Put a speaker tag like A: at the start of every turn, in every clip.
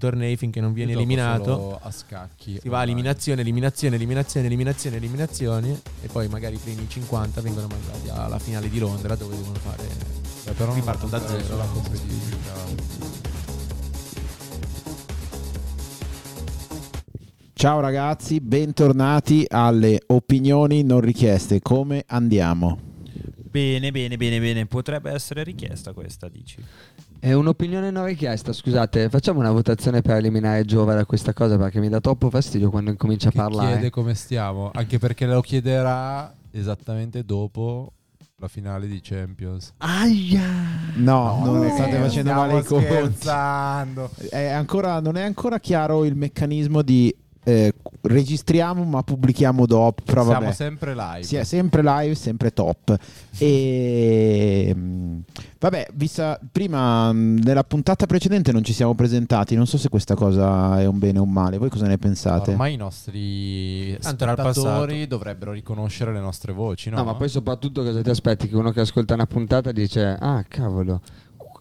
A: tornei finché non viene
B: Dopo
A: eliminato.
B: solo A scacchi.
A: Si va a
B: online.
A: eliminazione, eliminazione, eliminazione, eliminazione, eliminazione e poi magari i primi 50 vengono mandati alla finale di Londra dove devono fare...
B: Beh, però non
A: ripartono da
B: contare
A: zero.
B: sulla competitività.
C: Ciao ragazzi, bentornati alle opinioni non richieste. Come andiamo?
D: Bene, bene, bene, bene. Potrebbe essere richiesta questa, dici?
E: È un'opinione non richiesta, scusate, facciamo una votazione per eliminare Giova da questa cosa perché mi dà troppo fastidio quando incomincia a
B: Che chiede
E: parlare.
B: come stiamo, anche perché lo chiederà esattamente dopo la finale di Champions.
C: No, non state facendo male i conti.
B: scherzando.
C: È ancora- non è ancora chiaro il meccanismo di eh, registriamo ma pubblichiamo dopo. Però
B: Siamo
C: vabbè.
B: sempre live.
C: Sì, è sempre live, sempre top. E mh, vabbè, vista prima mh, nella puntata precedente non ci siamo presentati. Non so se questa cosa è un bene o un male. Voi cosa ne pensate?
B: Ormai i nostri
A: Tanto era il
B: spettatori dovrebbero riconoscere le nostre voci, no? eh?
E: No, ma poi soprattutto cosa ti aspetti? Che uno che ascolta una puntata dice, ah cavolo,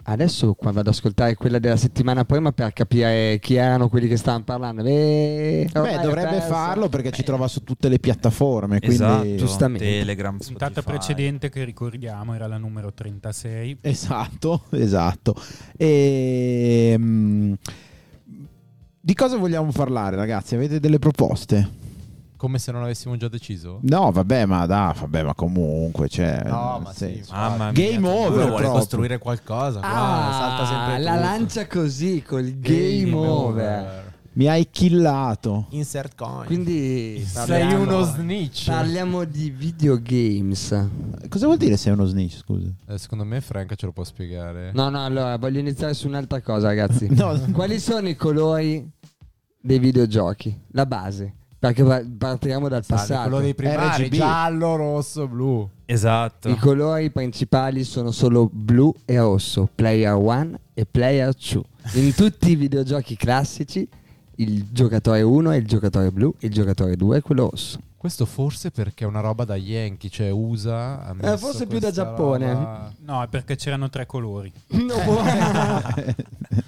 E: adesso qua vado ad ascoltare quella della settimana prima per capire chi erano quelli che stavano parlando. Beh,
C: Beh,
E: ormai è Eh.
C: dovrebbe
E: persa.
C: farlo perché ci trova su tutte le piattaforme. Quindi...
D: esatto,
E: Giustamente.
D: Telegram,
F: La puntata
D: Spotify.
F: precedente che ricordiamo era la numero 36.
C: Esatto, esatto. E, mh, di cosa vogliamo parlare, ragazzi? Avete delle proposte?
B: Come se non avessimo già deciso?
C: No, vabbè, ma da, vabbè, ma comunque, cioè,
B: No,
C: nel
B: ma sì,
C: senso.
D: Mamma mia.
C: Game
D: cioè,
C: over,
D: uno vuole
C: proprio.
D: costruire qualcosa. qua,
A: Ah,
D: salta sempre
E: Ah, la
D: tutto.
E: lancia così col game, over.
C: mi hai killato.
A: Insert coin.
E: Quindi
B: Sei uno snitch.
E: parliamo di videogames.
C: Cosa vuol dire sei uno snitch, scusa?
B: Eh, secondo me Frank ce lo può spiegare.
E: No, no, allora voglio iniziare su un'altra cosa, ragazzi.
C: No.
E: Quali sono i colori dei videogiochi? La base. Perché pa- partiamo dal
B: Sa,
E: passato.
B: il colore dei primari,
C: RGB.
B: giallo, rosso, blu.
D: Esatto.
E: I colori principali sono solo blu e rosso, player 1 e player 2. In tutti i videogiochi classici il giocatore 1 è il giocatore blu, il giocatore 2 è quello rosso.
B: Questo forse perché è una roba da Yankee, cioè USA. ha messo
E: forse più da
B: questa
E: Giappone.
B: roba.
F: No, è perché c'erano tre colori.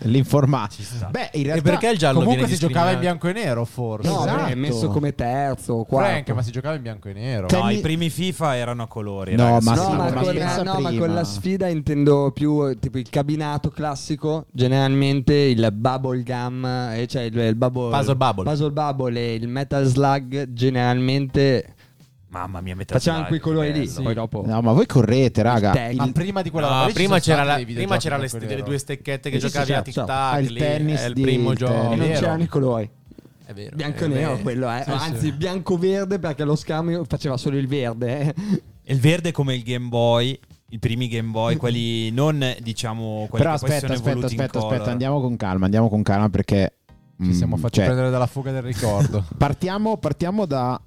C: L'informatica. Beh, in
A: E
C: realtà
A: perché il giallo
B: Comunque
A: viene
B: si giocava in
A: discriminato?
B: bianco e nero, forse.
E: No,
C: Esatto.
E: è messo come terzo o quarto.
B: Frank, ma si giocava in bianco e nero.
C: Te-
D: No,
C: Tenni-
D: i primi FIFA erano a colori.
C: No,
D: ragazzi.
C: ma
E: no,
C: Ah, sì,
E: ma,
C: ma
E: con,
C: pensa
E: no, ma
C: prima.
E: con la sfida intendo più eh, tipo il cabinato classico, generalmente il bubble gum, eh, cioè il, il bubble,
A: Puzzle Bubble.
E: puzzle bubble e il metal slug generalmente
D: Mamma mia, metà Eh,
E: facevano quei colori lì,
D: bello.
E: poi dopo
C: No, ma voi correte, raga.
E: tec-
C: Il-
B: Ma prima di quella
A: No,
B: roba lì ci
A: prima
B: sono
A: c'era,
B: stati
A: la-
B: dei
A: prima c'era le,
B: videogiochi in
A: delle
B: bianco
A: due
B: e
A: stecche che
E: Sì, sì,
A: giocavi
E: certo,
A: a tic
E: certo.
A: tac.
C: Ah, il
A: lì,
C: tennis
A: è il
C: di-
A: primo
C: il
A: gioco.
C: tennis.
E: e eh, non
C: è vero.
E: c'erano i colori.
A: È vero,
E: Bianco e
A: è
E: nero
A: vero.
E: quello, eh.
B: Sì,
E: anzi
B: sì.
E: bianco-verde perché lo scambio faceva solo il verde. eh.
D: Il verde come il Game Boy, i primi Game Boy, quelli non diciamo quelli
C: Però
D: che poi
C: aspetta,
D: sono
C: aspetta,
D: evoluti in
C: aspetta,
D: color.
C: aspetta, andiamo con calma, andiamo con calma perché
B: nero. Ci siamo
C: mm,
B: fatti
C: cioè,
B: prendere dalla fuga del ricordo.
C: Partiamo, partiamo da.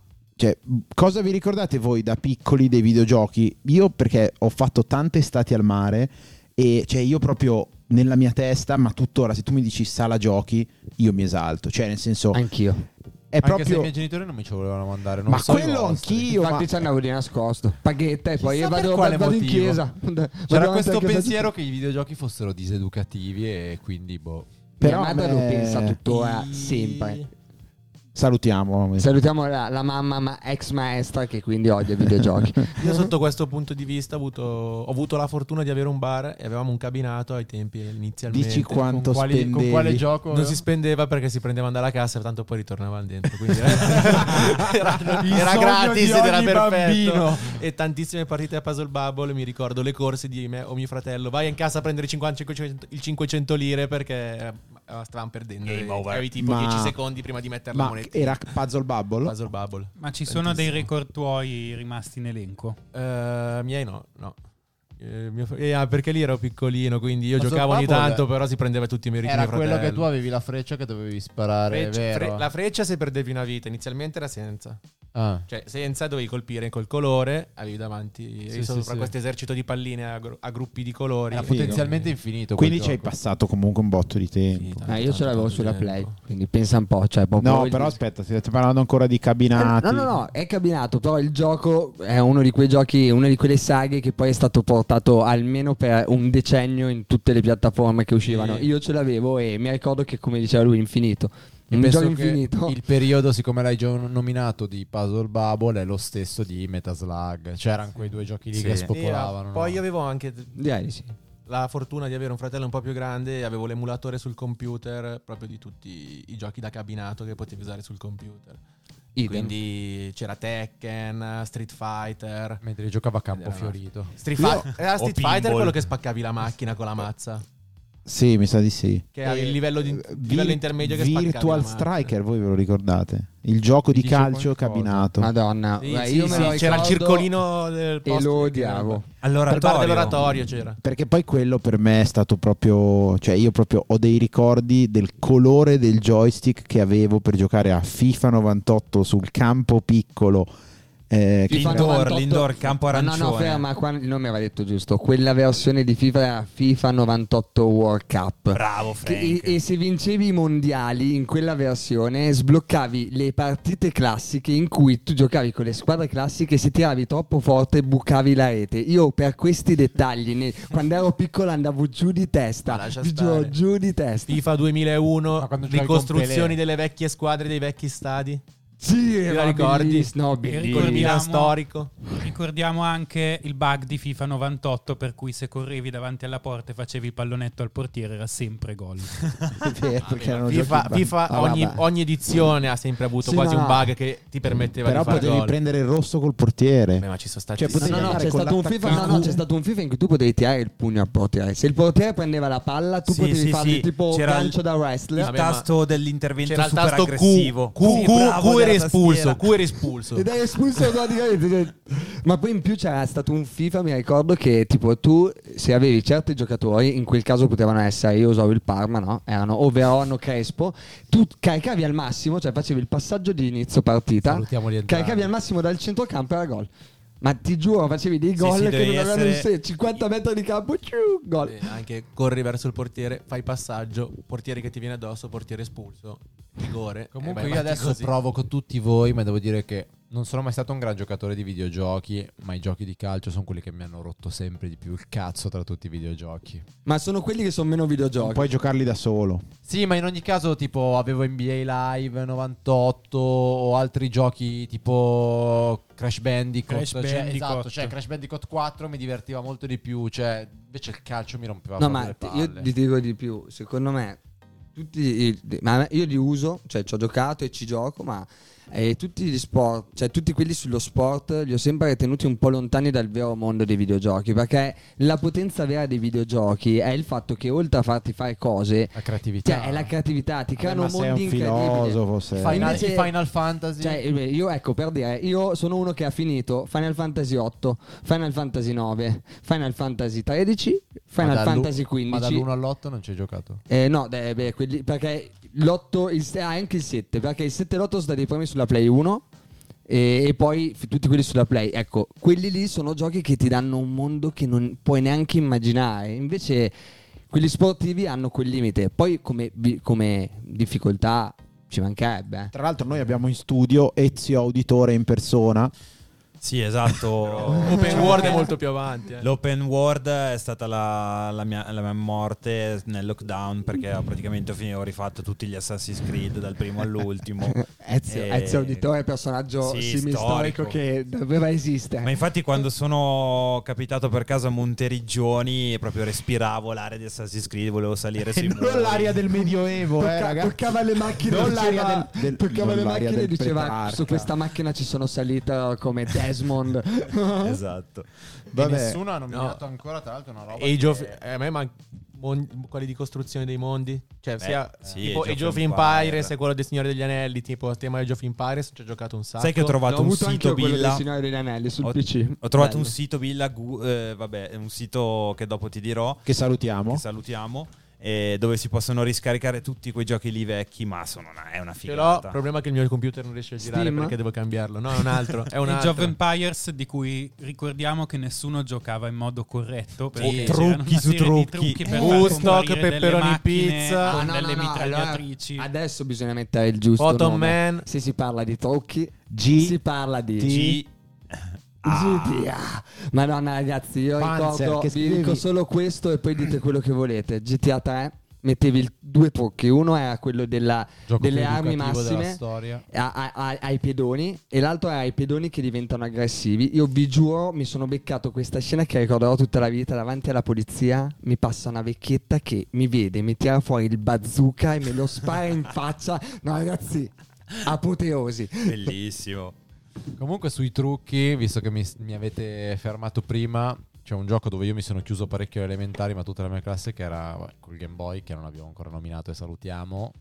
C: Cioè, cosa vi ricordate voi da piccoli dei videogiochi? Io perché ho fatto tante estati al mare e cioè io proprio nella mia testa, ma tuttora se tu mi dici sala giochi, io mi esalto, cioè nel senso
E: Anch'io.
C: è
B: Anche se i
C: proprio
B: miei genitori non mi ci volevano mandare. Non
C: Ma
B: so i
C: quello
B: vostri.
C: anch'io, ma
E: Infatti ci andavo di nascosto, paghetta e poi
B: Chissà
E: io
B: per
E: vado,
B: quale
E: vado in
B: motivo.
E: chiesa. Vado
B: C'era
E: davanti
B: questo
E: alla chiesa-
B: pensiero che i videogiochi fossero diseducativi e quindi boh.
C: però
E: Mia
C: a
E: madre lo
C: me-
E: pensa tuttora, sempre.
C: salutiamo.
E: Salutiamo la, la mamma ma ex maestra che quindi odia i videogiochi.
A: Io sotto questo punto di vista ho avuto, ho avuto la fortuna di avere un bar e avevamo un cabinato ai tempi inizialmente.
C: Dici quanto
B: con, quali- con
C: spendevi?
B: quale gioco?
A: Non si spendeva perché si prendevano dalla cassa, tanto poi ritornavano dentro. Quindi eh. era, era-
B: Il
A: era
B: sogno
A: gratis
B: di
A: ed era
B: ogni
A: perfetto.
B: bambino.
A: E tantissime partite a Puzzle Bubble. Mi ricordo le corse di me o mio fratello. Vai in casa a prendere 50, 500 il 500 lire perché eh, stavamo perdendo.
D: Game
A: E
D: over.
A: Avevi tipo
C: Ma-
A: 10 secondi prima di mettere la
C: Ma
A: moneta.
C: era Puzzle Bubble?
A: Puzzle Bubble.
F: Ma ci sono dei
A: Tantissimo.
F: record tuoi rimasti in elenco?
A: Eh, miei no, no. Eh, mio fr- eh, ah, perché lì ero piccolino, quindi io
B: Puzzle
A: giocavo ogni
B: Bubble
A: tanto, però si prendeva tutti i meriti.
B: Era
A: mio
B: quello che
A: fratello.
B: tu avevi la freccia che dovevi sparare,
A: Freccia-
B: vero?
A: fre- la freccia se perdevi una vita, inizialmente era senza.
B: Ah,
A: Cioè, senza dovevi colpire col colore, avevi davanti
B: Sì,
A: sopra
B: sì, sì.
A: questo esercito di palline a, gru- a gruppi di colori.
B: era
A: Sì,
B: potenzialmente infinito. quel
C: Quindi ci hai
B: gioco.
C: passato comunque un botto di
A: sì,
C: tempo.
A: tanto,
E: Ah, io
A: tanto,
E: ce l'avevo
A: tanto
E: sulla
A: tempo.
E: Play, quindi pensa un po'. Cioè, proprio
C: No,
E: il- Eh,
C: però aspetta, ti stai parlando ancora di cabinati.
E: No, no, no, è cabinato, però il gioco è uno di quei giochi, una di quelle saghe che poi è stato portato almeno per un decennio in tutte le piattaforme che uscivano.
B: Sì.
E: Io ce l'avevo e mi ricordo che, come diceva lui, infinito.
B: Io
E: Un
B: penso
E: gioco
B: che
E: infinito.
B: Il periodo, siccome l'hai già nominato, di Puzzle Bubble è lo stesso di Metaslug. C'erano quei due giochi lì
D: Sì.
B: che
D: Sì,
A: Sì, ma
B: spopolavano.
A: Poi
B: no?
A: io avevo anche
E: Direi di sì.
A: la fortuna di avere un fratello un po' più grande e avevo l'emulatore sul computer proprio di tutti i giochi da cabinato che potevi usare sul computer.
E: Idem.
A: Quindi c'era Tekken, Street Fighter.
B: Mentre giocava a campo
A: Era-
B: fiorito.
A: Street,
C: Io-
A: Fi- era
D: o
A: Street Fighter
D: Pinball.
A: quello che spaccavi la macchina con la mazza.
C: Sì, mi sa di sì.
A: Che avevi il livello, di,
C: Eh,
A: livello
C: Vir-
A: intermedio che spaccavi
C: Virtual
A: la mazza.
C: Striker, voi ve lo ricordate? Il gioco
B: Mi
C: di
B: dice
C: calcio
B: qualcosa.
C: cabinato.
E: Madonna,
A: Sì,
E: guarda,
A: sì,
E: io me
A: sì,
E: lo
A: c'era il
E: ricordo
A: circolino del
E: e
A: post-
E: lo odiavo.
D: Allora,
A: Al bar dell'oratorio c'era.
C: Perché poi quello per me è stato proprio, cioè io proprio ho dei ricordi del colore del joystick che avevo per giocare a FIFA 98 sul campo piccolo. eh, che
E: FIFA
D: Indoor,
E: 98
D: l'indoor, campo
E: Ah, No, no,
D: arancione.
E: ferma, qua il nome aveva detto giusto. Quella versione di FIFA era FIFA 98 World Cup.
D: Bravo,
E: Che-
D: Frank.
E: E, e se vincevi i mondiali in quella versione sbloccavi le partite classiche in cui tu giocavi con le squadre classiche se tiravi troppo forte bucavi la rete io per questi dettagli ne- quando ero piccolo andavo giù di
A: Ma
E: testa
A: lascia
E: vi
A: stare.
E: giuro, giù di testa
A: FIFA
B: Ma
A: 2001,
B: quando giocavi con
A: ricostruzioni
B: Pelé.
A: delle vecchie squadre dei vecchi stadi.
E: sì
A: la
E: era
A: ricordi?
E: belliss- no,
A: Col
E: bellissimo.
F: ricordiamo-
A: Milan storico.
F: Ricordiamo anche il bug di FIFA 98 per cui se correvi davanti alla porta e facevi il pallonetto al portiere era sempre gol.
C: Vabbè, perché erano
A: FIFA,
C: giochi-
A: FIFA
E: Ah,
A: ogni,
E: vabbè.
A: ogni edizione ha sempre avuto
E: Sì,
A: quasi
E: no,
A: un
E: no.
A: bug che ti permetteva
C: Però
A: di fare
C: potevi
A: gol.
C: prendere il rosso col portiere.
A: Beh, ma ci sono stati
C: Cioè, potevi
E: No, no, no,
C: andare
E: c'è
C: con
E: stato, un FIFA, no,
C: l'attaccante.
E: no, c'è stato un FIFA in cui tu potevi tirare il pugno al portiere. Se il portiere prendeva la palla, tu
D: Sì,
E: potevi
D: sì,
E: fargli
D: sì.
E: tipo
D: C'era il-
E: gancio da wrestler.
D: il
A: Vabbè, ma
D: tasto dell'intervento
A: c'era il
D: super
A: tasto Q,
D: aggressivo.
A: Q, Q,
D: bravo,
A: Q era
D: della
A: espulso,
D: tastiera.
A: Q era espulso.
E: Ed è espulso automaticamente. cioè. Ma poi in più c'era stato un FIFA, mi ricordo che tipo tu, se avevi certi giocatori, in quel caso potevano essere, io usavo il Parma, no? Erano o Verón o Crespo, tu caricavi al massimo, cioè facevi il passaggio di inizio partita,
B: Salutiamoli entrambi.
E: caricavi al massimo dal centrocampo e era gol. Ma ti giuro, facevi dei
D: Sì,
E: gol
D: sì,
E: che
D: devi
E: non avevano
D: essere-
E: se- 50 metri di campo, ciu, gol.
A: Eh, Anche corri verso il portiere, fai passaggio, portiere che ti viene addosso, portiere espulso, rigore.
B: Comunque,
A: e vai
B: io
A: avanti
B: adesso
A: Eh, così.
B: provoco tutti voi, ma devo dire che non sono mai stato un gran giocatore di videogiochi. Ma i giochi di calcio sono quelli che mi hanno rotto sempre di più il cazzo tra tutti i videogiochi.
E: Ma sono quelli che sono meno videogiochi.
C: Puoi giocarli da solo.
B: Sì, ma in ogni caso, tipo, avevo NBA Live 98 o altri giochi tipo Crash Bandicoot.
F: Crash
B: cioè,
F: Bandicoot.
B: Esatto, cioè Crash Bandicoot 4 mi divertiva molto di più. Cioè, invece il calcio mi rompeva
E: No,
B: proprio
E: ma
B: le
E: ti-
B: palle.
E: io ti dico di più. Secondo me, tutti i- di- ma io li uso, cioè ci ho giocato e ci gioco, ma eh, tutti gli sport, cioè tutti quelli sullo sport, li ho sempre ritenuti un po' lontani dal vero mondo dei videogiochi. Perché la potenza vera dei videogiochi è il fatto che oltre a farti fare cose,
B: La creatività.
E: cioè, è la creatività, ti creano
C: Ma sei
E: mondi
C: un
E: incredibili.
C: filosofo, sei.
B: Final,
E: Invece-
B: i Final Fantasy.
E: Cioè, eh, beh, io ecco per dire, io sono uno che ha finito Final Fantasy 8, Final Fantasy 9, Final Fantasy 13, Final
B: Ma dall'u-
E: Fantasy 15.
B: Ma dall'1 all'8 non ci hai giocato.
E: Eh, no, eh, beh, quelli- perché l'8, il, se- ah, anche il 7, perché il 7 e l'8 sono stati i primi sulla Play 1 e, e poi f- tutti quelli sulla Play. Ecco, quelli lì sono giochi che ti danno un mondo che non puoi neanche immaginare. Invece quelli sportivi hanno quel limite. Poi come, vi- come difficoltà ci mancherebbe. eh.
C: Tra l'altro noi abbiamo in studio Ezio Auditore in persona.
D: Sì, esatto.
A: Open World è molto più avanti. eh.
D: L'open world è stata la, la mia, la mia morte nel lockdown perché ho praticamente fin- ho rifatto tutti gli Assassin's Creed dal primo all'ultimo.
E: Ezio,
D: Eh,
E: Ezio Auditore è un personaggio
D: sì,
E: semi-storico
D: storico.
E: che doveva esistere.
D: Ma infatti quando sono capitato per caso a Monteriggioni proprio respiravo l'aria di Assassin's Creed, volevo
E: Eh,
D: salire sui muri.
C: non l'aria del Medioevo, eh,
E: Tocca-
C: ragazzi.
E: toccava le macchine
C: Non
E: diceva-
C: l'aria del- del-
E: toccava
C: non
E: le
C: l'aria
E: macchine e
C: del
E: diceva
C: Petrarca.
E: su questa macchina ci sono salita come Desmond
D: Esatto.
C: Vabbè.
B: E nessuno ha nominato
A: No.
B: ancora, tra l'altro, una roba.
A: Age of-
B: che-
A: eh, a me man- mon- quelli di costruzione dei mondi, cioè
D: Beh,
A: sia
D: sì,
A: tipo Age of Empires e quello del Signore degli Anelli, tipo il tema Age of Empires, ci ho giocato un sacco.
D: Sai che ho
E: Esatto. ho
D: trovato un
E: avuto anche
D: sito
E: quello del
D: Billa?
E: Signore degli Anelli sul
D: Ho-
E: PC
D: Ho trovato
E: Bello.
D: un sito Villa, Gu- eh, vabbè, è un sito che dopo ti dirò,
C: Che salutiamo.
D: che salutiamo, eh, dove si possono riscaricare tutti quei giochi lì vecchi, ma sono una- è una
A: Però
D: figata.
A: il problema è che il mio computer non riesce a girare
E: Steam?
A: perché devo cambiarlo. No, è un altro. È un
F: I
A: altro.
F: Jove Empires di cui ricordiamo che nessuno giocava in modo corretto perché
D: Sì.
F: c'erano
D: Trucchi
F: una
D: su
F: serie di
D: trucchi.
F: trucchi
A: Eh,
F: per
A: Woodstock,
F: far comparire delle
A: pepperoni
F: macchine
A: pizza.
F: con
E: Ah, no,
F: delle
E: no, no,
F: mitragliatrici
E: allora adesso bisogna mettere il giusto
A: Photon
E: nome.
A: Man.
E: Se si parla di trucchi,
C: G.
E: si parla di
D: Sì.
E: GTA. Madonna, ragazzi, io
C: Panzer,
E: ricordo,
C: che
E: vi
C: scrivi?
E: dico solo questo e poi dite quello che volete. GTA 3 mettevi il- due trucchi, uno era quello della-
B: Gioco
E: delle
B: più
E: armi
B: educativo della
E: massime
B: storia.
E: a- a- a- ai pedoni e l'altro era ai pedoni che diventano aggressivi. Io vi giuro, mi sono beccato questa scena che ricorderò tutta la vita davanti alla polizia. Mi passa una vecchietta che mi vede, mi tira fuori il bazooka e me lo spara in faccia. No, ragazzi, apoteosi.
D: Bellissimo.
B: Comunque sui trucchi, visto che mi, mi avete fermato prima, c'è un gioco dove io mi sono chiuso parecchio alle elementari, ma tutta la mia classe che era vabbè, col Game Boy, che non abbiamo ancora nominato e salutiamo,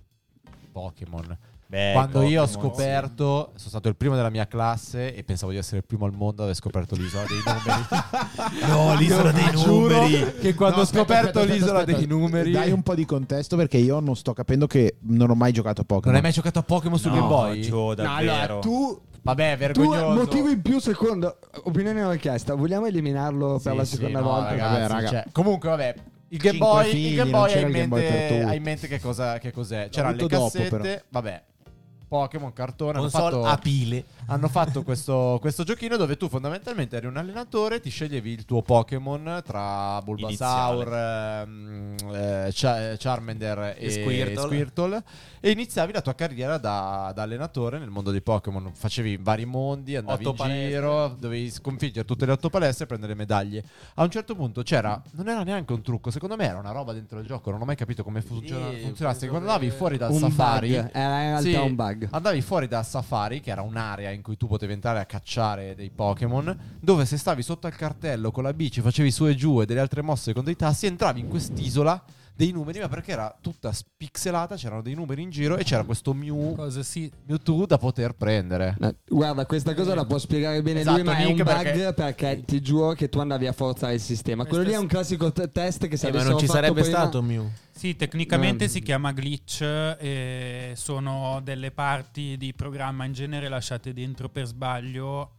B: Pokémon.
D: Beh,
B: Quando io ho
D: Eh, Pokémon, sì.
B: scoperto, sono stato il primo della mia classe e pensavo di essere il primo al mondo ad aver scoperto l'isola dei numeri.
D: No, l'isola dei numeri.
B: che quando
C: No,
B: ho scoperto
C: aspetta, aspetta, aspetta,
B: l'isola
C: aspetta.
B: dei numeri...
C: Dai un po' di contesto perché io non sto capendo che non ho mai giocato a Pokémon.
B: Non hai mai giocato a Pokémon su
D: No,
B: Game Boy?
D: Gio, davvero.
E: allora, tu
B: Vabbè,
E: Tu
B: vergognoso.
E: motivo in più, secondo opinione non richiesta. Vogliamo eliminarlo per
B: Sì,
E: la
B: sì,
E: seconda
B: no,
E: volta?
B: ragazzi,
C: Vabbè, raga.
B: cioè, comunque, vabbè. Il Game
C: Cinque
B: Boy,
C: figli,
B: il Game
C: non
B: Boy hai in
C: c'era il Game Boy per
B: mente,
C: tutti.
B: hai in mente che, cosa, che cos'è? C'erano le
C: avuto dopo,
B: cassette,
C: però.
B: vabbè. Pokémon cartone hanno
A: Console
B: fatto,
A: a pile.
B: hanno fatto questo, questo giochino dove tu fondamentalmente eri un allenatore ti sceglievi il tuo Pokémon tra Bulbasaur, ehm, eh, Cha- Charmander e,
A: E Squirtle.
B: Squirtle, e iniziavi la tua carriera da, da allenatore nel mondo dei Pokémon facevi vari mondi andavi
A: Otto
B: in giro dovevi sconfiggere tutte le otto palestre e prendere medaglie a un certo punto c'era, non era neanche un trucco, secondo me era una roba dentro il gioco, non ho mai capito come funziona-
A: Sì,
B: funzionasse.
A: penso
B: Quando
A: che-
B: andavi fuori dal
E: Un
B: safari,
E: bug, eh, era in realtà un bug.
B: Andavi fuori dal safari, che era un'area in cui tu potevi entrare a cacciare dei Pokémon, dove se stavi sotto al cartello con la bici, facevi su e giù e delle altre mosse con dei tasti, entravi in quest'isola dei numeri, ma perché era tutta spixelata, c'erano dei numeri in giro e c'era questo Mew,
F: Cosa sì,
B: Mewtwo da poter prendere.
E: No, Guarda, questa cosa la può spiegare bene
B: Esatto,
E: lui, ma è un
B: Nick,
E: bug
B: perché-
E: perché... ti giuro che tu andavi a forzare il sistema. Quello lì è un classico t- test che se
A: Eh, ma
E: avessero
A: non ci
E: fatto
A: sarebbe
E: prima-
A: stato Mew.
F: Sì, tecnicamente
E: No.
B: Eh.
F: si chiama glitch e sono delle parti di programma in genere lasciate dentro per sbaglio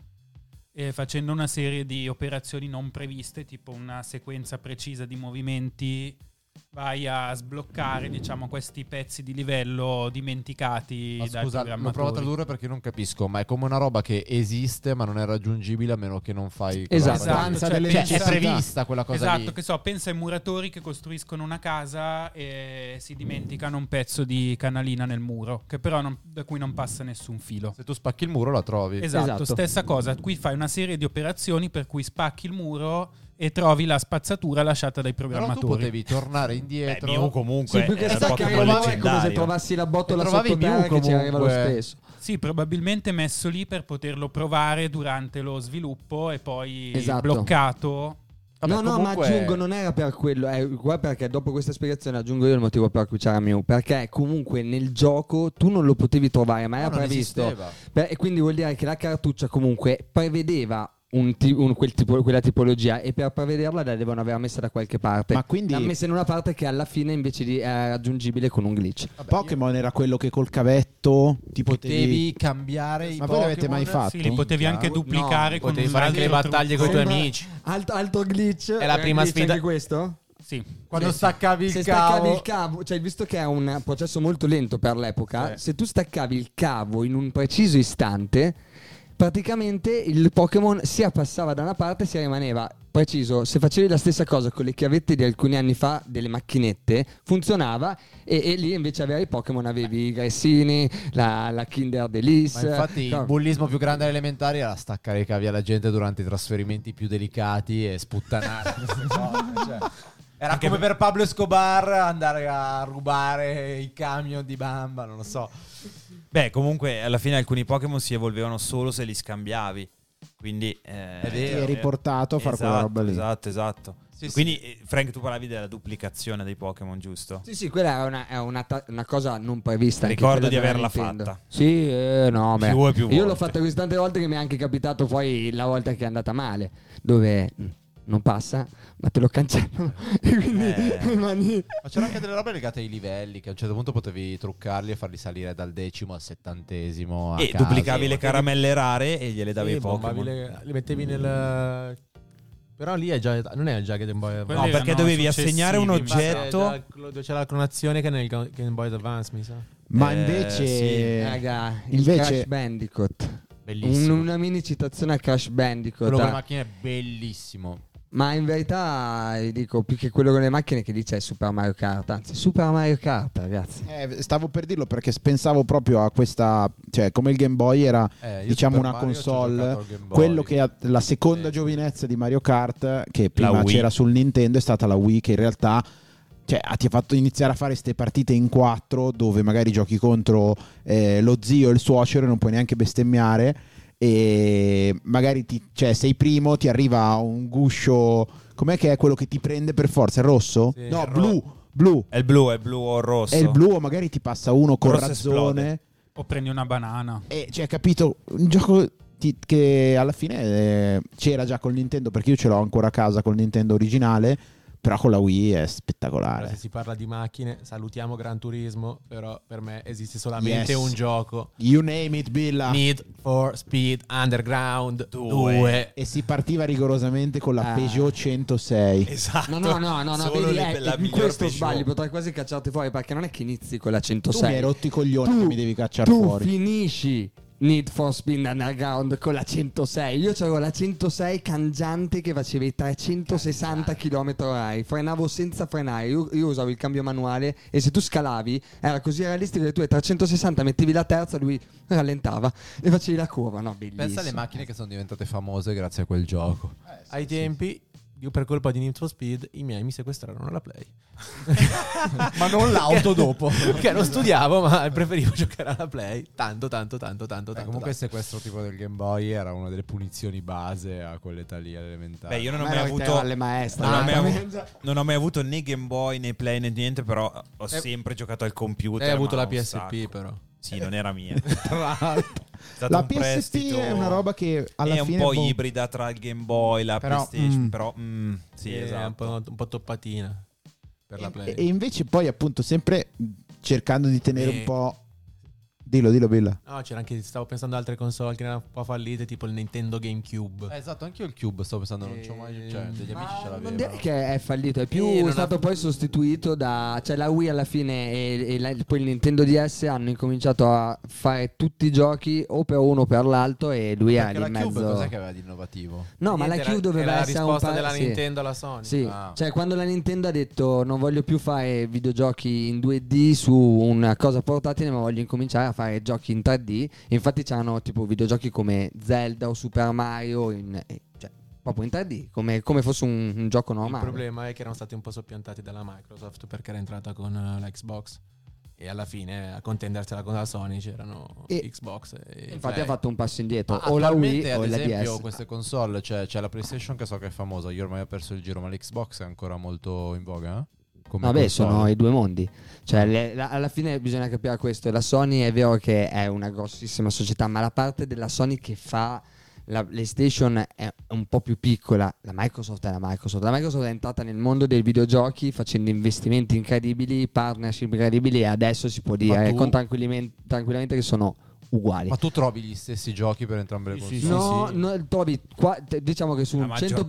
F: eh, facendo una serie di operazioni non previste, tipo una sequenza precisa di movimenti vai a sbloccare diciamo questi pezzi di livello dimenticati
B: Ma
F: dal
B: scusa, lo provo a
F: programmatore.
B: tradurre perché non capisco, ma è come una roba che esiste ma non è raggiungibile a meno che non fai... quella
E: Esatto.
B: roba lì.
F: Esatto,
C: Cioè,
F: delle
B: Cioè, è
F: necessità.
B: prevista quella cosa
F: Esatto,
B: lì.
F: che so, pensa ai muratori che costruiscono una casa e si dimenticano un pezzo di canalina nel muro, che però non- da cui non passa nessun filo.
B: Se tu spacchi il muro la trovi.
F: Esatto,
E: Esatto.
F: stessa cosa. Qui fai una serie di operazioni per cui spacchi il muro e trovi la spazzatura lasciata dai
B: Però tu
F: programmatori.
B: potevi tornare
D: Beh,
B: indietro.
D: Mew comunque
E: Sì, più
B: Eh,
E: che
D: era
B: esatto,
E: staccare
D: Pokémon
E: la mano è come se
D: leggendario.
E: trovassi la
B: E
E: botola
B: trovavi
E: sottoterra
B: Mew
E: che ci arriva lo
B: comunque.
E: stesso.
F: Sì, probabilmente messo lì per poterlo provare durante lo sviluppo e poi
E: Esatto.
F: bloccato.
B: Vabbè,
E: no, no,
B: comunque-
E: ma aggiungo, non era per quello. eh, qua perché dopo questa spiegazione aggiungo io il motivo per cui c'era Mew. Perché comunque nel gioco tu non lo potevi trovare, ma era
B: No, non
E: previsto.
B: esisteva.
E: Beh, e quindi vuol dire che la cartuccia comunque prevedeva un ti- un- quel tipo- quella tipologia e per prevederla la devono aver messa da qualche parte.
C: Ma quindi-
E: L'ha messa in una parte che alla fine invece di, era raggiungibile con un glitch.
B: Vabbè,
C: Pokémon era quello che col cavetto ti
B: potevi,
C: potevi.
B: cambiare i
C: Ma voi l'avete
B: Pokémon.
C: mai fatto?
E: Esatto.
F: Sì, li potevi anche duplicare con
A: Potevi
F: un
A: fare anche le
F: altro
A: battaglie con i tuoi
E: Sembra-
A: amici.
E: Alt- altro glitch.
A: È la
E: Era
A: prima
E: glitch
A: sfida-
E: Anche questo?
F: trucco. Sì.
B: Quando
E: Sì, sì.
B: staccavi il
E: se
B: cavo. Eh.
E: staccavi il cavo, cioè visto che è un processo molto lento per l'epoca,
B: Sì.
E: se tu staccavi il cavo in un preciso istante, praticamente il Pokémon sia passava da una parte sia rimaneva preciso. Se facevi la stessa cosa con le chiavette di alcuni anni fa delle macchinette, funzionava e, e lì invece avevi i Pokémon, avevi i Gressini, la, la Kinder
B: Ma
E: Delice.
B: infatti
E: No.
B: il bullismo più grande alle elementari era staccare i cavi alla gente durante i trasferimenti più delicati e sputtanare queste cose, cioè. Era
D: Anche
B: come
D: per-
B: per Pablo Escobar andare a rubare i camion di Bamba, non lo so.
D: Beh, comunque alla fine alcuni Pokémon si evolvevano solo se li scambiavi. Quindi eh,
B: È vero.
C: Eri portato a fare
D: esatto,
C: quella roba lì.
D: Esatto, esatto.
B: Sì, sì.
D: Quindi eh, Frank tu parlavi della duplicazione dei Pokémon, giusto?
E: Sì, sì, quella è una, è una ta- una cosa non prevista. anche
D: Ricordo di
E: quella della
D: averla
E: Nintendo.
D: fatta.
E: Sì, eh, no, beh.
D: Più e più
E: Io l'ho
D: volte.
E: fatta così tante volte che mi è anche capitato poi la volta che è andata male, dove... non passa, ma te lo cancellano. e quindi
D: Eh.
E: rimani.
B: Ma c'erano anche delle robe legate ai livelli, che a un certo punto potevi truccarli e farli salire dal decimo al settantesimo. A
D: E
B: caso.
D: duplicavi le caramelle rare e gliele davi
A: Sì,
D: ai Pokémon.
A: bombavi le- li mettevi nel. Però lì è già, non è già che Game Boy
D: No,
A: Advance.
F: Quelli
D: perché
F: erano
D: dovevi assegnare un
F: successivi,
A: Infatti,
D: oggetto.
A: è già- dove c'era la clonazione che nel Ga- Game Boy Advance, mi sa.
C: Ma
D: Eh,
C: invece,
D: sì.
E: Raga, il
C: invece-
E: Crash Bandicoot. Un-
B: Bellissimo.
E: una mini citazione a Crash Bandicoot.
B: Quello con
E: ah.
B: le macchine è bellissimo.
E: Ma in verità vi dico più che quello con le macchine che dice è Super Mario Kart. Anzi, Super Mario Kart, ragazzi.
C: eh, stavo per dirlo perché pensavo proprio a questa, cioè come il Game Boy era
B: Eh, io
C: Diciamo
B: Super
C: una
B: Mario ci ho
C: console,
B: giocato al Game Boy.
C: quello che ha- la seconda
B: Sì.
C: giovinezza di Mario Kart che prima
D: Wii.
C: c'era sul Nintendo è stata la Wii che in realtà cioè, ha- ti ha fatto iniziare a fare queste partite in quattro dove magari giochi contro eh, lo zio e il suocero e non puoi neanche bestemmiare e magari ti- cioè, sei primo ti arriva un guscio com'è che è quello che ti prende per forza? È rosso?
A: Sì,
C: no,
A: è
C: blu, blu
D: È il blu, è il blu o il rosso.
C: è il blu o magari ti passa uno con
D: Rosso
C: razzone
D: esplode.
F: O prendi una banana.
C: e cioè, capito, un gioco ti- che alla fine eh, c'era già col Nintendo, perché io ce l'ho ancora a casa col Nintendo originale, però con la Wii è
A: Allora,
C: spettacolare.
A: se si parla di macchine, salutiamo Gran Turismo, però per me esiste solamente
C: Yes.
A: un gioco.
C: You name it,
E: Ah.
C: Billa.
A: Need for Speed Underground 2.
C: E si partiva rigorosamente con la
E: Ah.
C: Peugeot 106.
D: Esatto.
E: No, no, no, no, no
D: Solo
E: vedi,
D: le-
E: eh,
D: la
E: in
D: miglior
E: questo
D: Peugeot.
E: sbaglio potrei quasi cacciarti fuori perché non è che inizi con la
C: Tu mi hai
E: 106.
C: rotto i coglioni
E: Tu-
C: che mi devi cacciare
E: Tu
C: fuori.
E: finisci Need for Speed Underground con la 106. Io avevo la 106 cangiante che faceva i 360 km h Frenavo senza frenare. Io, io usavo il cambio manuale e se tu scalavi era così realistico che tu ai 360 mettevi la terza, lui rallentava e facevi la curva. No, bellissimo.
B: Pensa alle macchine che sono diventate famose grazie a quel gioco.
A: Ai tempi, io per colpa di Need for Speed, i miei mi sequestrarono la Play.
B: Ma non l'auto dopo.
A: Perché non studiavo, ma preferivo giocare alla Play. Tanto, tanto, tanto, tanto, tanto.
B: comunque il sequestro tipo del Game Boy era una delle punizioni base a quell'età lì elementare.
D: Beh, io non ho
E: Ma
D: mai
E: era che
D: avuto.
E: erano le maestre.
D: Non ho,
E: Ah,
D: mai
E: come-
D: avu- non ho mai avuto né Game Boy né Play né niente, però ho sempre giocato al
A: tanto.
D: computer.
A: Eh, Hai avuto
D: ma
A: la
D: un
A: PSP,
D: sacco.
A: però.
D: Sì, non era mia. È
C: Tra l'altro.
D: stato
C: La
D: un
C: PSP
D: prestito-
C: è una roba che alla
D: è un
C: fine
D: po'
C: boh,
D: ibrida tra il Game Boy e la
C: Però,
D: PlayStation,
C: mm.
D: però mm, sì,
A: Che È Eh, un
D: esatto.
A: po', un po' toppatina per la
C: E,
A: Play.
C: e invece poi appunto sempre cercando di tenere
A: Eh.
C: un po'... Dillo, dillo Billa.
A: No, c'era anche, stavo pensando ad altre console che erano un po' fallite, tipo il Nintendo GameCube.
B: Eh, esatto, anche io il Cube sto pensando, non c'ho mai... Cioè, degli
E: Ma
B: amici ce
E: non
B: l'avevano.
E: dire che è fallito, è più
A: Sì, non ha-
E: stato poi sostituito da. cioè la Wii alla fine e, e la- poi il Nintendo DS hanno incominciato a fare tutti i giochi o per uno o per l'altro e lui era
B: Perché
E: lì
B: la
E: in
B: Cube
E: mezzo.
B: cos'è che aveva di innovativo?
E: No, ma la
A: Niente,
E: Q
A: era-
E: doveva
A: era la
E: essere un
A: risposta
E: pa-
A: della
E: sì.
A: Nintendo alla Sony.
E: Sì,
B: Ah.
E: cioè quando la Nintendo ha detto non voglio più fare videogiochi in 2D su una cosa portatile, ma voglio incominciare a fare giochi in 3D. E infatti c'erano tipo videogiochi come Zelda o Super Mario, in- eh, cioè proprio in 3D, come, come fosse un, un gioco
A: Il
E: normale.
A: problema è che erano stati un po' soppiantati dalla Microsoft perché era entrata con eh, l'Xbox e alla fine a contendersela con la Sony c'erano
E: E-
A: Xbox e
E: Infatti
A: Play.
E: ha fatto un passo indietro,
B: cioè, Ma
E: o
B: Ah,
E: la Wii
B: attualmente,
E: o
B: ad
E: la
B: esempio,
E: DS.
B: queste console, cioè c'è la PlayStation che so che è famosa, io ormai ho perso il giro, ma l'Xbox è ancora molto in voga? eh? Come
E: Vabbè,
B: console.
E: sono i due mondi. Cioè, le- la- alla fine bisogna capire questo. La Sony è vero che è una grossissima società, ma la parte della Sony che fa la PlayStation è un po' più piccola. La Microsoft è la Microsoft. La Microsoft è entrata nel mondo dei videogiochi facendo investimenti incredibili, partnership incredibili e adesso si può dire
B: tu-
E: con tranquillimen- tranquillamente che sono uguali.
B: Ma tu trovi gli stessi giochi per entrambe le
A: Sì,
B: console?
A: sì,
E: No, no, Toby, qua, te- diciamo che su
D: La
E: un
D: maggior
E: 100%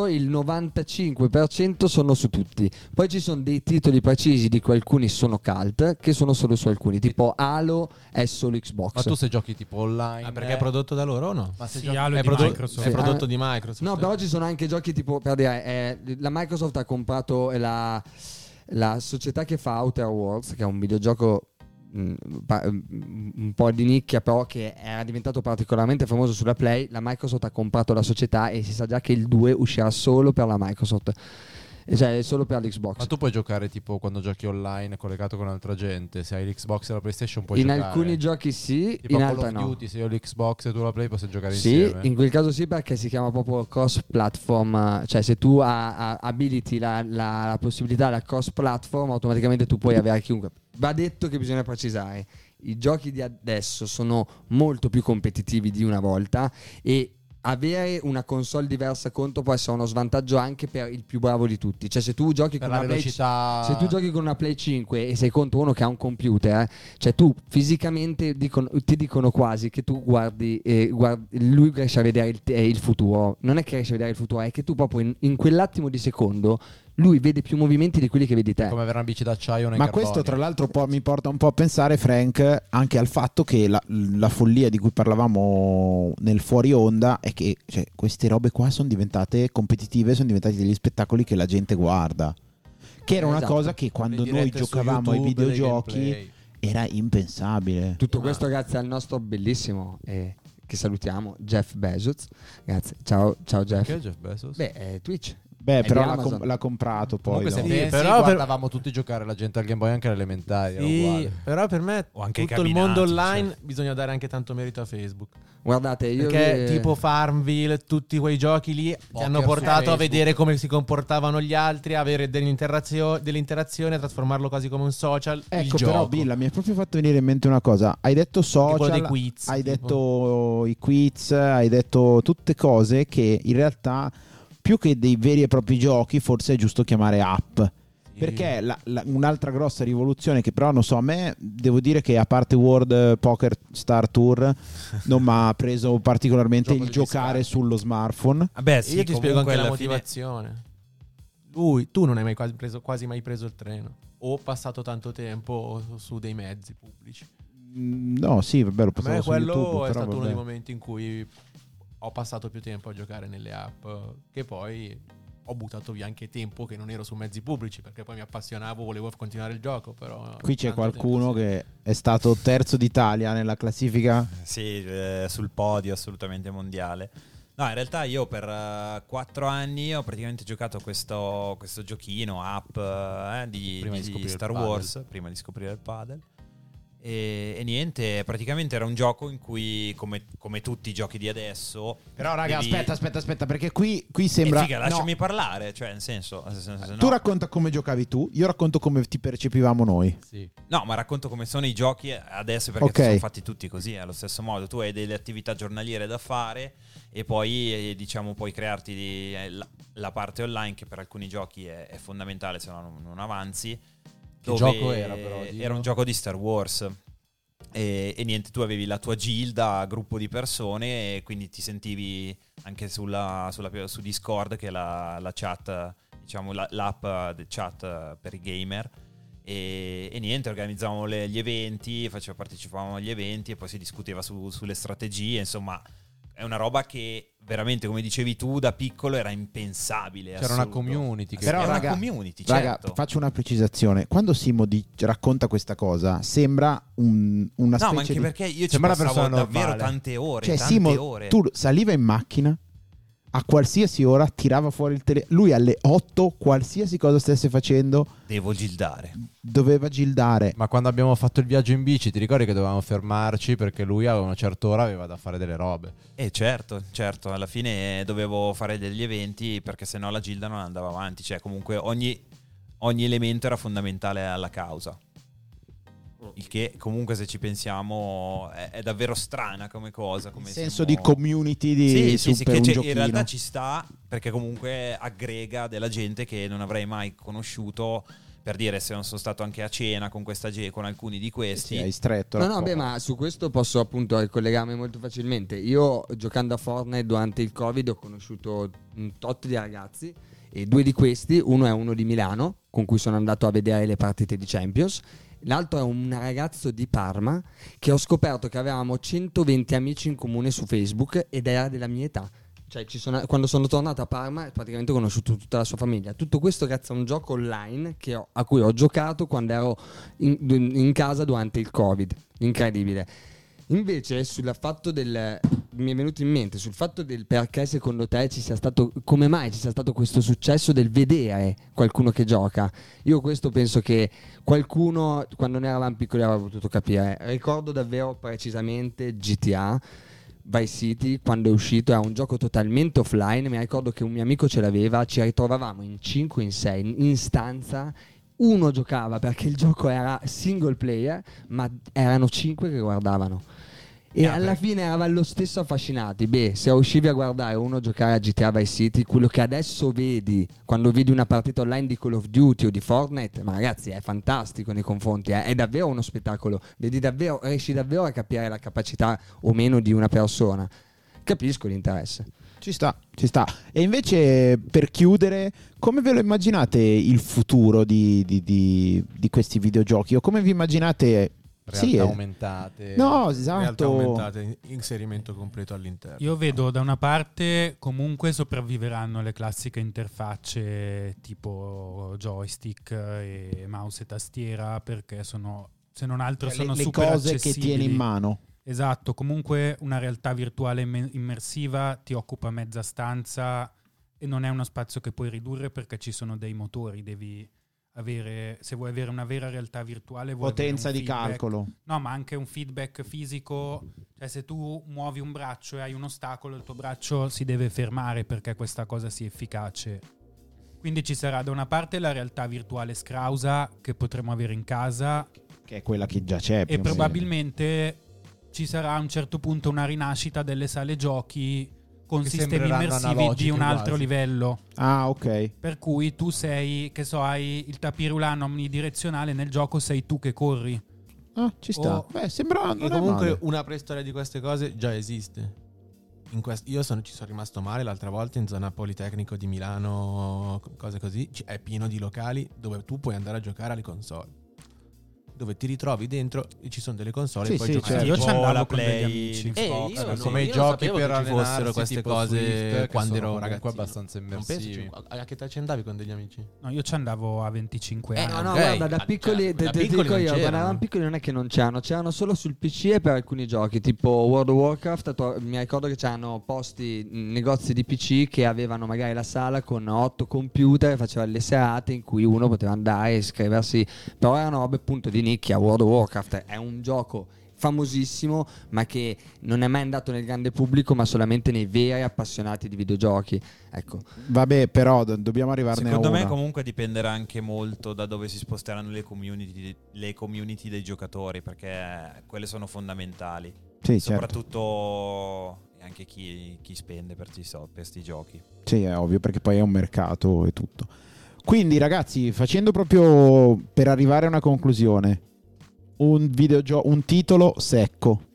D: parte.
E: il 95% sono su tutti. Poi ci sono dei titoli precisi di cui alcuni sono cult, che sono solo su alcuni, tipo Halo è solo Xbox.
B: Ma tu se giochi tipo online...
A: Ah, perché è prodotto da loro o no?
B: Ma se
F: Sì,
B: giochi-
F: Halo
A: È,
F: di
A: prodo-
F: Microsoft.
A: è
E: Sì.
A: prodotto
E: Ah.
A: di Microsoft.
E: No, però ci sono anche giochi tipo, per dire, eh, la Microsoft ha comprato la, la società che fa Outer Worlds, che è un videogioco mh, pa- mh, un po' di nicchia però che era diventato particolarmente famoso sulla Play la Microsoft ha comprato la società e si sa già che il 2 uscirà solo per la Microsoft E cioè solo per l'Xbox
B: Ma tu puoi giocare tipo quando giochi online collegato con altra gente, se hai l'Xbox e la PlayStation puoi
E: in
B: giocare.
E: alcuni giochi sì
B: tipo
E: in
B: Call
E: altri
B: of
E: no
B: Duty, se io ho l'Xbox e tu la Play posso giocare
E: Sì,
B: insieme.
E: in quel caso sì perché si chiama proprio cross platform, cioè se tu ha- ha- abiliti la, la- la possibilità della cross platform automaticamente tu puoi avere chiunque. Va detto che bisogna precisare, i giochi di adesso sono molto più competitivi di una volta e avere una console diversa contro può essere uno svantaggio anche per il più bravo di tutti. Cioè, se tu giochi
B: Per
E: con
B: la
E: una Play
B: velocità.
E: se tu giochi con una Play 5 e sei contro uno che ha un computer, cioè tu fisicamente dicono- ti dicono quasi che tu guardi, eh, guardi- lui riesce a vedere il, te- eh, il futuro. Non è che riesce a vedere il futuro, è che tu proprio in, in quell'attimo di secondo lui vede più movimenti di quelli che vedi te.
B: come avere una bici d'acciaio nei
C: Ma
B: carboni.
C: questo tra l'altro po- mi porta un po' a pensare, Frank, anche al fatto che la, la follia di cui parlavamo nel fuori onda è che cioè, queste robe qua sono diventate competitive, sono diventati degli spettacoli che la gente guarda. Che era una
E: Esatto.
C: cosa che quando
B: Le
C: noi
B: dirette su
C: giocavamo ai
B: YouTube, dei
C: videogiochi
B: gameplay.
C: era impensabile.
E: Tutto questo grazie al nostro bellissimo eh, che salutiamo Jeff Bezos. Grazie. Ciao, ciao Jeff.
B: Perché Jeff Bezos?
E: Beh, eh, Twitch.
C: Beh,
E: È
C: però
E: di
C: l'ha,
E: Amazon.
C: com- l'ha comprato poi.
B: Comunque se
C: no?
A: Sì,
B: pensi
A: però per-
B: guardavamo tutti giocare la gente al Game Boy anche alle elementari era uguale.
A: però per me
D: O anche i cioè.
A: tutto il
D: cabinati,
A: mondo online bisogna dare anche tanto merito a Facebook.
E: Guardate, io
A: Perché
E: eh,
A: tipo Farmville, tutti quei giochi lì ti
B: Poker
A: hanno
B: su
A: portato a
B: Facebook.
A: vedere come si comportavano gli altri, avere dell'interazio- dell'interazione, a trasformarlo quasi come un social.
C: Ecco,
A: il
C: però
A: gioco.
C: Billa, mi ha proprio fatto venire in mente una cosa. Hai detto
A: Anche quello
C: social,
A: dei quiz.
C: hai
A: tipo.
C: detto i quiz, hai detto tutte cose che in realtà più che dei veri e propri giochi forse è giusto chiamare app. Perché la- la- un'altra grossa rivoluzione che però non so, a me devo dire che a parte World Poker Star Tour non mi ha preso particolarmente
B: Gioco
C: il
B: degli
C: giocare
B: scarti.
C: sullo smartphone.
D: Vabbè, sì,
A: Io ti spiego
D: comunque
A: anche la
D: alla fine-
A: motivazione. Lui, tu non hai mai quasi preso, quasi mai preso il treno o passato tanto tempo su- su dei mezzi pubblici.
C: Mm, No, sì, vabbè, lo
A: A me
C: potevo su
A: quello
C: YouTube,
A: è
C: però
A: stato uno dei
C: vabbè.
A: momenti in cui ho passato più tempo a giocare nelle app eh, che poi ho buttato via anche tempo che non ero su mezzi pubblici perché poi mi appassionavo, volevo continuare il gioco, però
C: Qui c'è
A: tanto
C: qualcuno
A: tempo sì.
C: che è stato terzo d'Italia nella classifica
D: Sì, eh, sul podio assolutamente mondiale. No, in realtà io per eh, quattro anni ho praticamente giocato a questo, questo giochino app eh, di,
B: Prima di
D: di
B: scoprire il
D: Star
B: padel.
D: Wars, prima di scoprire il padel. E, e niente, praticamente era un gioco in cui, come, come tutti i giochi di adesso...
C: Però raga,
D: devi-
C: aspetta, aspetta, aspetta, perché qui, qui
D: Eh,
C: sembra...
D: figa,
C: no.
D: lasciami parlare, cioè nel senso... nel senso, se
C: Tu
D: no-
C: racconta come giocavi tu, io racconto come ti percepivamo noi.
D: Certo.
B: Sì.
D: No, ma racconto come sono i giochi adesso perché
C: Ok.
D: sono fatti tutti così, eh, allo stesso modo. Tu hai delle attività giornaliere da fare e poi eh, diciamo puoi crearti eh, la, la parte online che per alcuni giochi è, è fondamentale, se no non, non avanzi. Dove
B: gioco era, però, dillo?
D: Era un gioco di Star Wars. E, e niente, tu avevi la tua gilda, gruppo di persone e quindi ti sentivi anche sulla, sulla- su Discord che è la, la chat, diciamo la- l'app eh, chat eh, per i gamer. E, e niente, organizzavamo le- gli eventi, faceva- partecipavamo agli eventi e poi si discuteva su- sulle strategie, insomma è una roba che veramente come dicevi tu da piccolo era impensabile.
B: C'era una
D: assoluto.
B: community che-
D: Era
C: Però,
D: una
C: raga,
D: community,
C: Raga,
D: certo.
C: faccio una precisazione. Quando Simo di- racconta questa cosa, sembra un- una
D: No,
C: specie
D: ma anche
C: di...
D: perché io ci
B: Sembra una
D: passavo
B: persona
D: davvero
B: normale.
D: tante ore,
C: Cioè,
D: tante
C: Simo,
D: ore.
C: tu saliva in macchina, a qualsiasi ora tirava fuori il telefono. Lui alle 8, qualsiasi cosa stesse facendo,
D: Devo gildare.
C: doveva gildare.
B: Ma quando abbiamo fatto il viaggio in bici, ti ricordi che dovevamo fermarci perché lui a una certa ora aveva da fare delle robe.
D: Eh certo, certo, alla fine eh, dovevo fare degli eventi perché sennò la gilda non andava avanti, cioè comunque ogni, ogni elemento era fondamentale alla causa. Il che comunque se ci pensiamo è, è davvero strana come cosa. Come
C: il senso
D: siamo-
C: di community di
D: Sì,
C: su
D: sì, sì,
C: per
D: che
C: un
D: c'è- in
C: giochino.
D: realtà ci sta perché comunque aggrega della gente che non avrei mai conosciuto. Per dire, se non sono stato anche a cena con, questa, ge- con alcuni di questi,
C: Sì, hai stretto.
E: No, no,
C: rapporto.
E: beh, ma su questo posso appunto ricollegarmi molto facilmente. Io giocando a Fortnite durante il Covid ho conosciuto un tot di ragazzi e due di questi, uno è uno di Milano con cui sono andato a vedere le partite di Champions, l'altro è un ragazzo di Parma che ho scoperto che avevamo 120 amici in comune su Facebook ed era della mia età. Cioè, ci sono- quando sono tornato a Parma, praticamente ho conosciuto tutta la sua famiglia. Tutto questo grazie a un gioco online che ho- a cui ho giocato quando ero in, in casa durante il Covid. Incredibile. Invece, sul fatto del. Mi è venuto in mente sul fatto del perché secondo te ci sia stato. Come mai ci sia stato questo successo del vedere qualcuno che gioca? Io questo penso che qualcuno, quando ne eravamo piccoli, aveva potuto capire. Ricordo davvero precisamente GTA. Vice City quando è uscito era un gioco totalmente offline mi ricordo che un mio amico ce l'aveva ci ritrovavamo in 5 in 6 in, in stanza uno giocava perché il gioco era single player ma erano 5 che guardavano E
A: Ah,
E: alla
A: perché-
E: fine eravamo lo stesso affascinati. Beh, se uscivi a guardare uno giocare a GTA Vice City, quello che adesso vedi quando vedi una partita online di Call of Duty o di Fortnite, ma ragazzi, è fantastico nei confronti, eh. è davvero uno spettacolo. Vedi davvero, riesci davvero a capire la capacità o meno di una persona. Capisco l'interesse.
C: Ci sta, ci sta. E invece per chiudere, come ve lo immaginate il futuro di, di- di- di questi videogiochi? O come vi immaginate...
B: Realtà
C: eh,
B: aumentate.
C: No,
A: realtà
C: esatto.
A: aumentate, inserimento completo all'interno.
F: Io vedo da una parte comunque sopravviveranno le classiche interfacce tipo joystick e mouse e tastiera perché sono, se non altro,
C: Cioè,
F: sono
C: le, le
F: super
C: cose che
F: accessibili.
C: tieni in mano.
F: Esatto, comunque una realtà virtuale imme- immersiva ti occupa mezza stanza e non è uno spazio che puoi ridurre perché ci sono dei motori, devi avere, se vuoi avere una vera realtà virtuale, vuoi avere
C: Potenza
F: un
C: di
F: feedback.
C: calcolo.
F: No, ma anche un feedback fisico, cioè se tu muovi un braccio e hai un ostacolo, il tuo braccio si deve fermare perché questa cosa sia efficace. Quindi ci sarà da una parte la realtà virtuale scrausa che potremo avere in casa
C: Che è quella che già c'è. più
F: e
C: o meno.
F: probabilmente ci sarà a un certo punto una rinascita delle sale giochi con
B: Che
F: sistemi
B: sembreranno
F: immersivi di
B: analogiche
F: un altro
B: quasi.
F: livello.
C: Ah, ok.
F: Per cui tu sei, che so, hai il tapirulano omnidirezionale nel gioco, sei tu che corri.
C: Ah, ci sta.
F: Oh.
C: Beh, sembra...
A: E
C: Non è
A: comunque
C: male.
A: una preistoria di queste cose già esiste. In quest- io sono- ci sono rimasto male l'altra volta in zona Politecnico di Milano, co- cose così. c- è pieno di locali dove tu puoi andare a giocare alle console. Dove ti ritrovi dentro e ci sono delle console
C: Sì,
A: e poi
C: sì,
A: giochi.
C: certo.
F: Io ci andavo
D: la
F: con degli
D: Play,
F: amici.
A: Eh,
D: Xbox,
A: io
D: così.
A: no.
B: come i
A: non
B: giochi
A: sapevo
B: per
A: che ci fossero
B: allenarsi
A: queste
B: tipo
A: cose
B: Swift,
A: quando
B: che sono
A: ero
B: comunque
A: ragazzino.
B: abbastanza
A: Non penso,
B: immersivi.
A: cioè, a a che età ci andavi con degli amici?
F: No, io ci andavo a 25 anni.
E: Eh, no, no,
A: ok.
E: guarda, da
A: Ah,
E: piccoli,
A: cioè,
E: te-
A: da
E: te-
A: piccoli
E: dico
A: non
E: io,
A: c'erano.
E: quando eravamo piccoli non è che non c'erano, c'erano solo sul PC e per alcuni giochi, tipo World of Warcraft, to- mi ricordo che c'erano posti, mh, negozi di PC che avevano magari la sala con otto computer, faceva le serate in cui uno poteva andare e iscriversi, però erano robe appunto di nicchia, World of Warcraft è un gioco famosissimo ma che non è mai andato nel grande pubblico ma solamente nei veri appassionati di videogiochi ecco
C: Vabbè, però do- dobbiamo arrivarne
D: Secondo
C: a una.
D: me comunque dipenderà anche molto da dove si sposteranno le community, le community dei giocatori, perché quelle sono fondamentali.
C: Sì, certo.
D: Soprattutto anche chi, chi spende per questi giochi.
C: Sì, è ovvio perché poi è un mercato e tutto. Quindi ragazzi, facendo proprio per arrivare a una conclusione, un, videogio- un titolo secco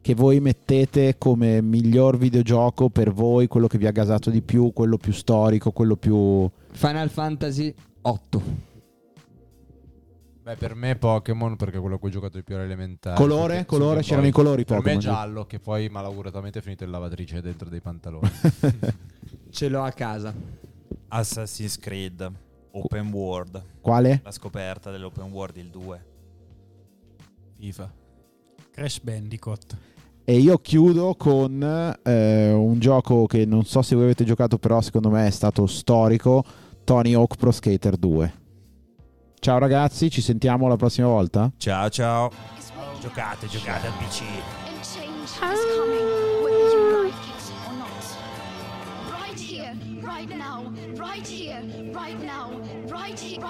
C: che voi mettete come miglior videogioco per voi, quello che vi ha gasato di più, quello più storico, quello più...
B: Ah,
E: Final Fantasy 8
B: Beh, per me Pokémon, perché è quello a cui ho giocato di più elementare.
C: Colore? Colore? C'erano i colori
B: Per me
C: Pokémon,
B: è
C: giusto?
B: giallo, che poi malauguratamente è finito in lavatrice dentro dei pantaloni.
E: ce l'ho a casa
D: Assassin's Creed, Open World,
C: Quale?
D: la scoperta dell'Open World, il 2.
A: FIFA.
F: Crash Bandicoot.
C: E io chiudo con eh, un gioco che non so se voi avete giocato, però secondo me è stato storico, Tony Hawk Pro Skater 2. Ciao ragazzi, ci sentiamo la prossima volta.
D: Ciao ciao,
G: is waiting
D: giocate, giocate al PC.
G: and change is coming whether you like it or not. Right here, right now, right here, right now, right here.